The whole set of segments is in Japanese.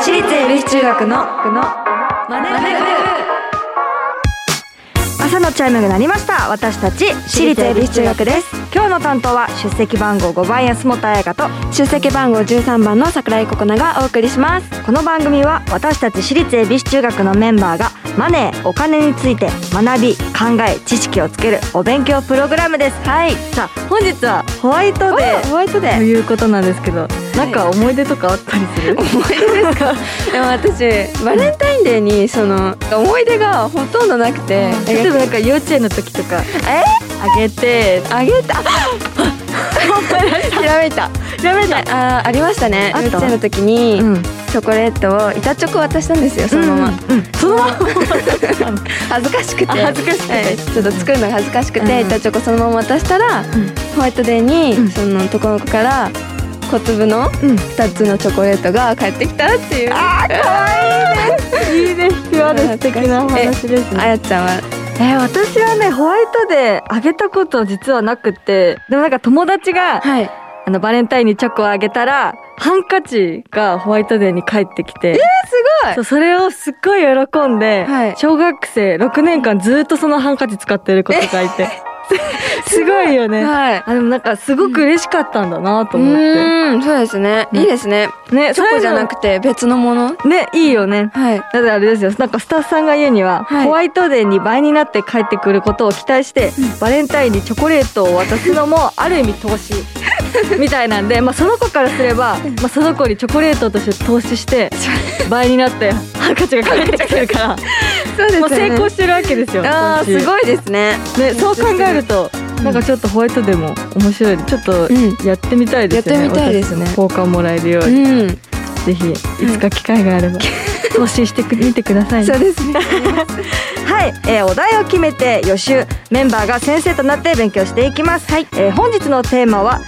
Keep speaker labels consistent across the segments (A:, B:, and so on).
A: 私立恵比寿中学のマネ朝のチャイムが鳴りました私たち私立恵比寿中学です今日の担当は出席番号5番安本彩香と
B: 出席番号13番の桜井心奈がお送りします
A: この番組は私たち私立恵比寿中学のメンバーがマネーお金について学び考え知識をつけるお勉強プログラムです
B: はいさあ本日は
A: ホワイトデー
B: ホワイトデ
A: と
B: ー
A: いうことなんですけど、なんか思い出とかあったりする
B: 思い出ですかでも私バレンタインデーにその思い出がほとんどなくて
A: 例えばなんか幼稚園の時とか
B: え
A: あげて
B: あげたひらめいたひらめいたあーありましたね
A: あった
B: 幼稚園の時に、
A: ん
B: チョコレートを板チョコ渡したんですよそ
A: そ
B: の
A: の
B: ま
A: ま
B: ま、
A: ま、そのまま
B: 恥ずかしくて
A: あ恥ずかしくて
B: はいちょっと作るのが恥ずかしく
A: うん
B: て、
A: うん
B: 板チョコそのまま渡したら、ホワイトデーに、
A: うん
B: その男の子から小粒の
A: うん
B: 2つのチョコレートが返ってきたっていうあ
A: いいですピュアで素敵な話ですね
B: やちゃんは
A: えー私はねホワイトであげたこと実はなくてでもなんか友達が
B: はい
A: あのバレンタインにチョコをあげたらハンカチがホワイトデーに返ってきてえーす
B: ごい
A: そうそれをすっごい喜んで、
B: はい
A: 小学生6年間ずっとそのハンカチ使ってる子がいて すごいよね
B: はい
A: あでもなんかすごく嬉しかったんだなと
B: う
A: 思って、
B: ーんそうですね
A: ね
B: いいですね
A: ね
B: チョコじゃなくて別のもの
A: そういうのねいいよね
B: はい
A: だってあれですよなんかスタッフさんが言うには、
B: はい
A: ホワイトデーに倍になって帰ってくることを期待して、バレンタインにチョコレートを渡すのもある意味投 資みたいなんで、まあ、その子からすれば、まあ、その子にチョコレートとして投資して倍になってハンカチが返ってきてる から
B: そうです
A: もう成功
B: し
A: してるわけですよ
B: ああ
A: 投資
B: すごいですね
A: ね、そう考えると、
B: うん
A: なんかちょっとホワイトデーも面白いちょっと
B: うん
A: やってみたいですよね
B: やってみたいですね
A: 私も交換もらえるよう
B: う
A: に、
B: ん
A: ぜひいつか機会があれば、投資してく見てくださいね
B: そうですね
A: はい、えーお題を決めて予習メンバーが先生となって勉強していきます、はいえー本日のテーマは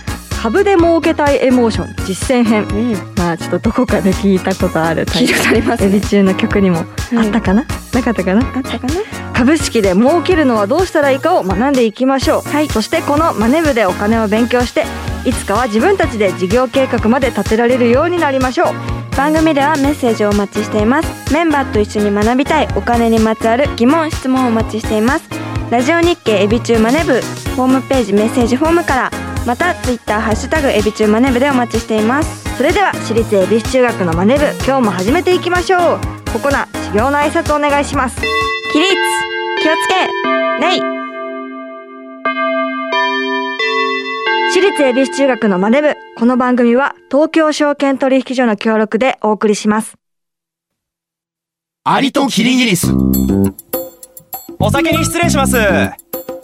A: 株で儲けたいエモーション実践編
B: うん
A: まあちょっとどこかで聞いたことあるタ
B: 聞
A: イ
B: い
A: プ
B: たことあります
A: エビ
B: ね
A: 中の曲にもあ
B: はい
A: ったかな、なかったかな
B: あったかな
A: 株式で儲けるのはどうしたらいいかを学んでいきましょう、はい、そしてこのマネ部でお金を勉強していつかは自分たちで事業計画まで立てられるようになりましょう
B: 番組ではメッセージをお待ちしていますメンバーと一緒に学びたいお金にまつわる疑問質問をお待ちしていますラジオ日経エビチューマネブホームページメッセージフォームからまたツイッターハッシュタグエビチューマネブでお待ちしています
A: それでは私立恵比寿中学のマネ部今日も始めていきましょうここな修行の挨拶お願いします
B: 起立気をつけレイ
A: 私立恵比寿中学のマネ部この番組は東京証券取引所の協力でお送りします
C: アリとキリギリス。
D: お先に失礼します。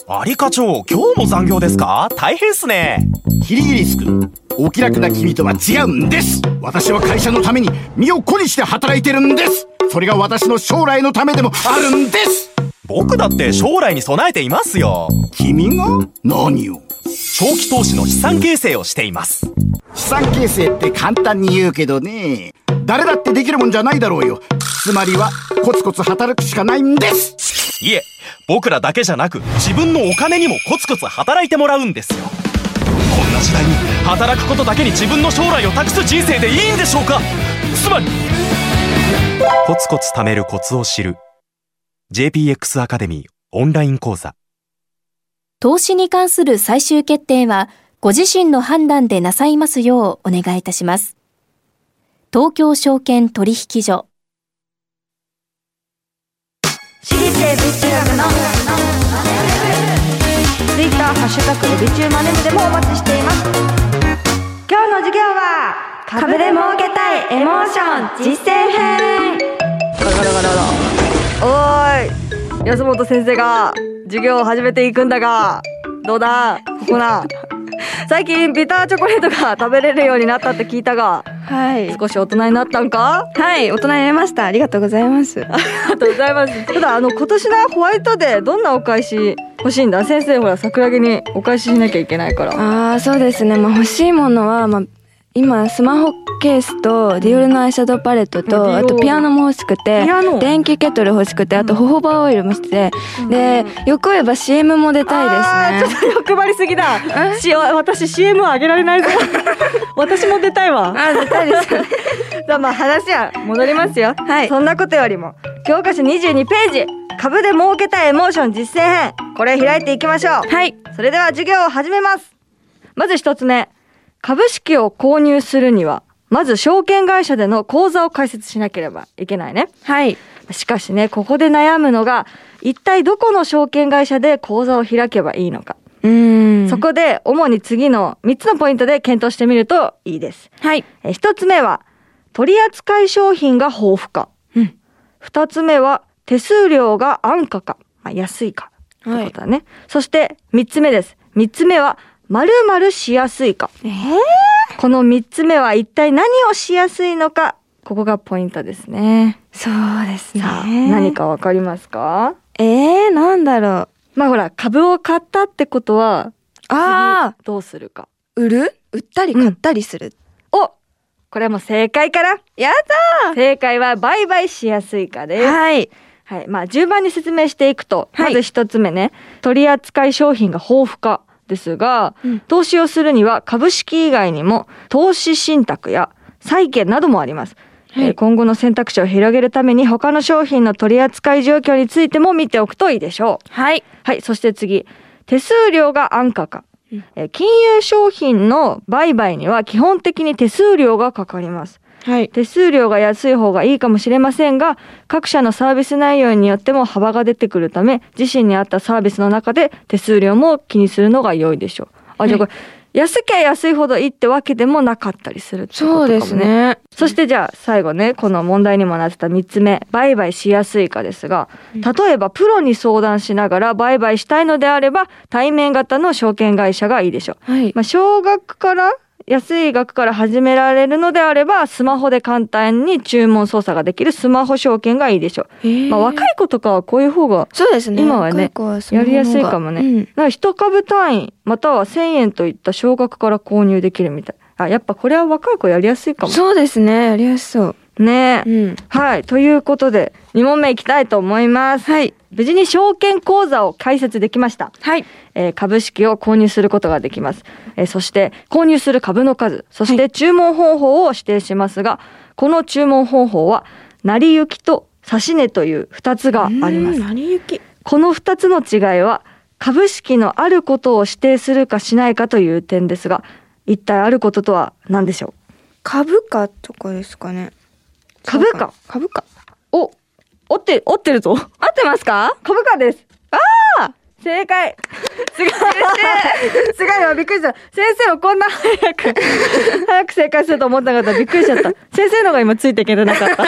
D: アリ課長、今日も残業ですか大変っすね。
C: キリギリス君、お気楽な君とは違うんです私は会社のために身を粉にして働いてるんですそれが私の将来のためでもあるんです
D: 僕だって将来に備えていますよ。
C: 君が何を
D: 長期投資の資産形成をしています。
C: 資産形成って簡単に言うけどね誰だってできるもんじゃないだろうよつまりはコツコツ働くしかないんです
D: いえ、僕らだけじゃなく、自分のお金にもコツコツ働いてもらうんですよ。こんな時代に、働くことだけに自分の将来を託す人生でいいんでしょうかつまり、コツコツ貯めるコツを知る。JPX アカデミーオンライン講座。
E: 投資に関する最終決定は、ご自身の判断でなさいますようお願いいたします。東京証券取引所。
A: 私立恵比寿中学のマネ部ツイッターハッシュタグエビ中マネ部でもお待ちしています今日の授業は株で儲けたいエモーション実践編ゴロゴロゴロゴロおーい安本先生が授業を始めていくんだがどうだここな最近ビターチョコレートが 食べれるようになったって聞いたが
B: はい
A: 少し大人になったんか
B: はい大人になりましたありがとうございます
A: ありがとうございます。ただあの今年のホワイトデーどんなお返し欲しいんだ。先生ほら桜木にお返ししなきゃいけないから。
B: ああそうですねまあ欲しいものはまあ今スマホケースとディオールのアイシャドウパレット
A: うんディオ
B: と
A: ール
B: あとピアノも欲しくて
A: ピアノ
B: 電気ケトル欲しくてあとホホバオイルも欲しくてでよく言えば CM も出たいですね
A: ちょっと欲張りすぎだ。し私 CM はあげられ ないぞ。私も出たいわ。
B: あ出たいですよね
A: じゃあまあ話は戻りますよ。
B: はい
A: そんなことよりも教科書22ページ株で儲けたいエモーション実践編これ開いていきましょう。
B: はい
A: それでは授業を始めます。まず一つ目。株式を購入するには、まず証券会社での口座を開設しなければいけないね。
B: はい
A: しかしね、ここで悩むのが、一体どこの証券会社で口座を開けばいいのか。
B: うーん
A: そこで、主に次の3つのポイントで検討してみるといいです。
B: はい
A: えー一つ目は、取扱い商品が豊富か。
B: うん
A: 二つ目は、手数料が安価か。まあ、安いか。と
B: は
A: い
B: い
A: うことだね。そして、三つ目です。三つ目は、〇〇しやすいか。
B: え
A: この三つ目は一体何をしやすいのか。ここがポイントですね。
B: そうですね
A: さあ、何かわかりますか
B: えー、なんだろう
A: まあほら、株を買ったってことは、
B: ああ
A: 次どうするか。
B: 売る売ったり買ったりする、
A: おこれはもう正解かな
B: や
A: 正解は、売買しやすいかです。
B: はい
A: はい。まあ、順番に説明していくと、
B: は
A: ま
B: い
A: ず一つ目ね、取扱い商品が豊富化ですが、
B: うん
A: 投資をするには株式以外にも、投資信託や債券などもあります。
B: はい
A: えー今後の選択肢を広げるために他の商品の取扱い状況についても見ておくといいでしょう。
B: はい
A: はい、そして次。手数料が安価か
B: うん。
A: えー金融商品の売買には基本的に手数料がかかります。
B: はい
A: 手数料が安い方がいいかもしれませんが各社のサービス内容によっても幅が出てくるため自身に合ったサービスの中で手数料も気にするのが良いでしょう。あじゃあこれ、安きゃ安いほどいいってわけでもなかったりするってことかも
B: そうですね
A: そしてじゃあ最後ねこの問題にもなってた3つ目売買しやすいかですが例えばプロに相談しながら売買したいのであれば対面型の証券会社がいいでしょう。
B: はい、
A: まあ、少額から安い額から始められるのであればスマホで簡単に注文操作ができるスマホ証券がいいでしょ
B: え
A: う、
B: ー
A: まあ、若い子とかはこういう方が
B: そうですね
A: 今はね
B: 若い子はその
A: や
B: 方
A: り
B: が
A: やすいかもね、
B: うん
A: なんか一株単位または1,000円といった少額から購入できるみたいあやっぱこれは若い子やりやすいかも
B: そうですねやりやすそう
A: ねえ、
B: うん
A: はいということで2問目いきたいと思います、
B: はい
A: 無事に証券口座を開設できました
B: はい
A: えー株式を購入することができます、えーそして購入する株の数そして注文方法を指定しますが、この注文方法は成り行きと指値という2つがあります
B: 成り行き
A: この2つの違いは株式のあることを指定するかしないかという点ですが一体あることとは何でしょ
B: 株価とかですかね
A: 株価
B: そうか株価
A: うお合って合ってるぞ
B: 合ってますか
A: 株価ですああ正 解すごいすごいわびっくりした先生もこんな早く 早く正解すると思ってなかったびっくりしちゃった先生の方が今ついていけてなかった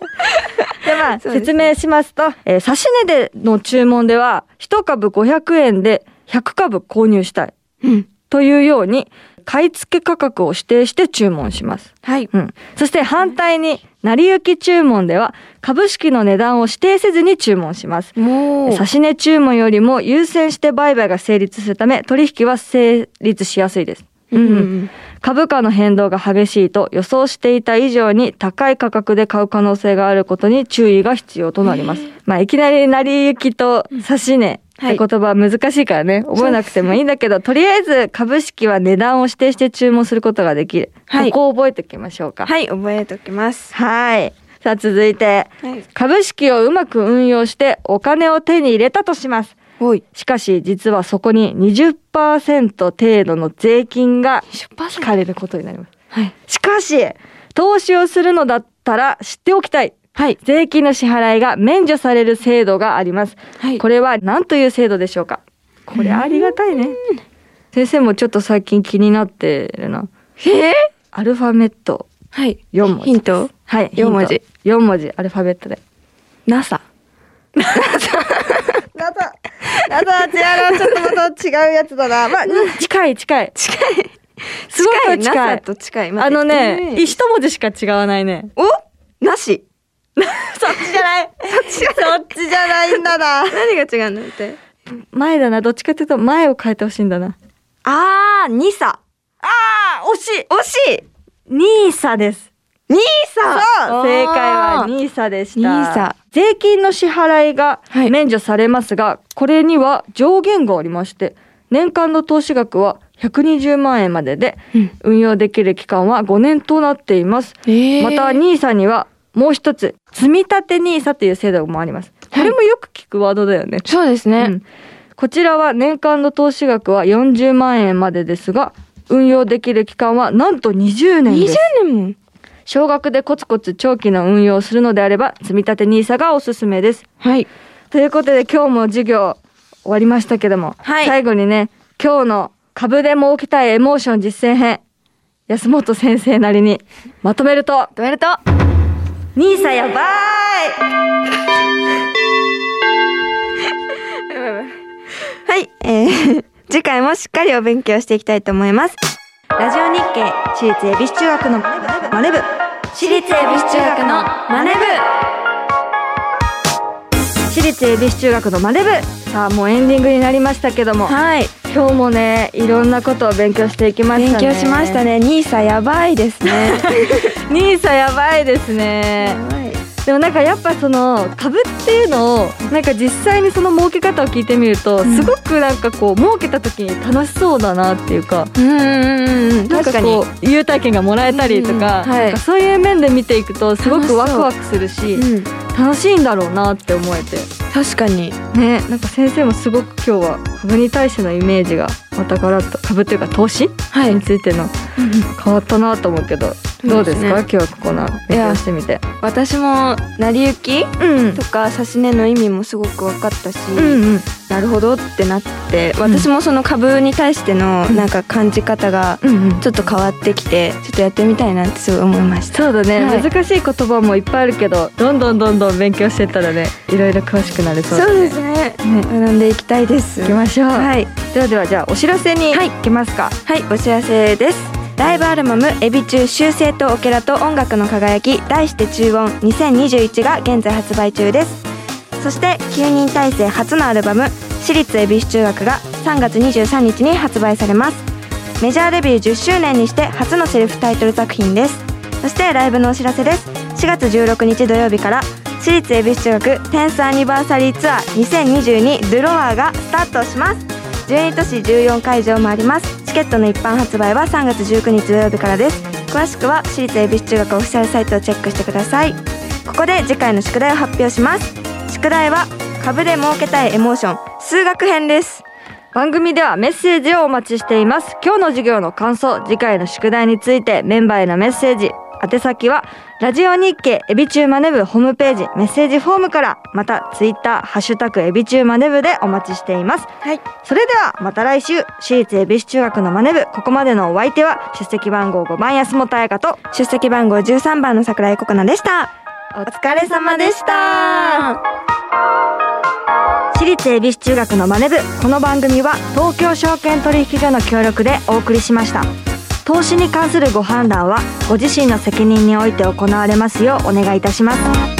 A: でまあ
B: そうです
A: 説明しますと、えー、差し値での注文では1株500円で100株購入したい
B: うん
A: というように買い付け価格を指定して注文します
B: はい
A: うん、そして反対に成り行き注文では株式の値段を指定せずに注文します
B: もう
A: 差し値注文よりも優先して売買が成立するため取引は成立しやすいです、
B: うんう
A: うん
B: ん
A: 株価の変動が激しいと予想していた以上に高い価格で買う可能性があることに注意が必要となります、まあいきなり成り行きと差し値って言葉は難しいからね、覚えなくてもいいんだけど、とりあえず株式は値段を指定して注文することができる、
B: はい
A: ここを覚えておきましょうか
B: はい覚えておきます
A: はい。さあ続いて、
B: はい
A: 株式をうまく運用してお金を手に入れたとします。
B: おい
A: しかし実はそこに20%程度の税金が引かれることになります。
B: はい
A: しかし、投資をするのだったら知っておきたい。
B: はい
A: 税金の支払いが免除される制度があります。
B: はい
A: これは何という制度でしょうかこれありがたいね。先生もちょっと最近気になってるな。
B: えー
A: アルファベット
B: はい
A: 4文字。
B: ヒント
A: はい、
B: 四文字。
A: 4文字、アルファベットで。
B: NASA
A: なた、なた、違うな、ちょっとまた違うやつだな。まあ、近い、近い。
B: 近い
A: すごく近い
B: NASA と近い待っ
A: あ
B: て
A: のね、
B: えー
A: 一文字しか違わないね。
B: おなし
A: そっちじゃない。 そっちじゃないんだな。
B: 何が違うんだって
A: 前だな、どっちかっていうと前を変えてほしいんだな。
B: あー、ニサ。
A: ああ、惜しい。
B: 惜しい
A: ニーサです。
B: ニーサ
A: そう正解はニーサでした。
B: ニーサ
A: 税金の支払いが
B: はい
A: 免除されますが、これには上限がありまして、年間の投資額は120万円までで、
B: うん
A: 運用できる期間は5年となっています。
B: えー
A: またニーサにはもう一つ、積立ニーサという制度もあります。これもよく聞くワードだよね。
B: そうですね、
A: うんこちらは年間の投資額は40万円までですが、運用できる期間はなんと20年で
B: 20
A: す。
B: 年も
A: 少額でコツコツ長期の運用をするのであれば、積み立て NISA がおすすめです。
B: はい
A: ということで今日も授業終わりましたけども、
B: はい
A: 最後にね、今日の株でも起きたいエモーション実践編、安本先生なりにまとめると、
B: どうやると
A: ニーサやばー
B: はい、えー次回もしっかりお勉強していきたいと思います。ラジオ日経、私立恵比寿中学のマネブ、私立恵比寿中学のマネブ。
A: い私立恵比寿中学のマレブさあもうエンディングになりましたけども、
B: はい、
A: 今日もねいろんなことを勉強していきまし
B: 勉
A: たね
B: 強しましたね。ニーサやばいですね。
A: ニーサやばいですねでもなんかやっぱその株っていうのをなんか実際にその儲け方を聞いてみると、
B: ん
A: すごくなんかこう儲けた時に楽しそうだなっていうか
B: うんうんうん、
A: なん
B: 確
A: か
B: かに
A: こ。う優待券がもらえたりとか,、
B: うんはい
A: なんかそういう面で見ていくとすご
B: 楽し
A: く
B: そう
A: ワクワクするし
B: うん、
A: 楽しいんだろうなって思えて
B: 確かに。
A: ねなんか先生もすごく今日は株に対してのイメージがまたガラッと株っていうか投資
B: はい。
A: についての変わったなと思うけど、どうですか、
B: そう
A: 今日はここな勉強してみて。
B: 私も成り行き
A: うん
B: とか指し値の意味もすごく分かったし、
A: うんうん
B: なるほどってなって、
A: ん
B: 私もその株に対してのなんか感じ方が
A: うんうん
B: ちょっと変わってきてちょっとやってみたいなってすごい思いました
A: そうだね、
B: はい
A: 難しい言葉もいっぱいあるけどどんどんどんどん勉強してったらねいろいろ詳しくなれそうだね
B: すね
A: ね
B: 学んでいきたいです
A: 行きましょう、
B: はい
A: ではではじゃあお知らせに行きますか
B: はいお知らせですライブアルバム「エビ中修正とオケラと音楽の輝き」題して中音2021が現在発売中ですそして9人体制初のアルバム「私立恵比寿中学」が3月23日に発売されますメジャーデビュー10周年にして初のセルフタイトル作品ですそしてライブのお知らせです4月16日土曜日から私立恵比寿中学テンスアニバーサリーツアー2022ドゥロワーがスタートします12都市14会場もありますチケットの一般発売は3月19日土曜日からです詳しくは私立恵比寿中学オフィシャルサイトをチェックしてくださいここで次回の宿題を発表します宿題は株で儲けたいエモーション数学編です
A: 番組ではメッセージをお待ちしています今日の授業の感想次回の宿題についてメンバーへのメッセージ宛先はラジオ日経エビチューマネブホームページメッセージフォームからまたツイッターハッシュタグエビチューマネブでお待ちしています
B: はい
A: それではまた来週私立恵比寿中学のマネ部ここまでのお相手は出席番号5番安本彩香と
B: 出席番号13番の桜井ココナでした
A: お疲れ様でした私立恵比寿中学のマネ部この番組は東京証券取引所の協力でお送りしました投資に関するご判断はご自身の責任において行われますようお願いいたします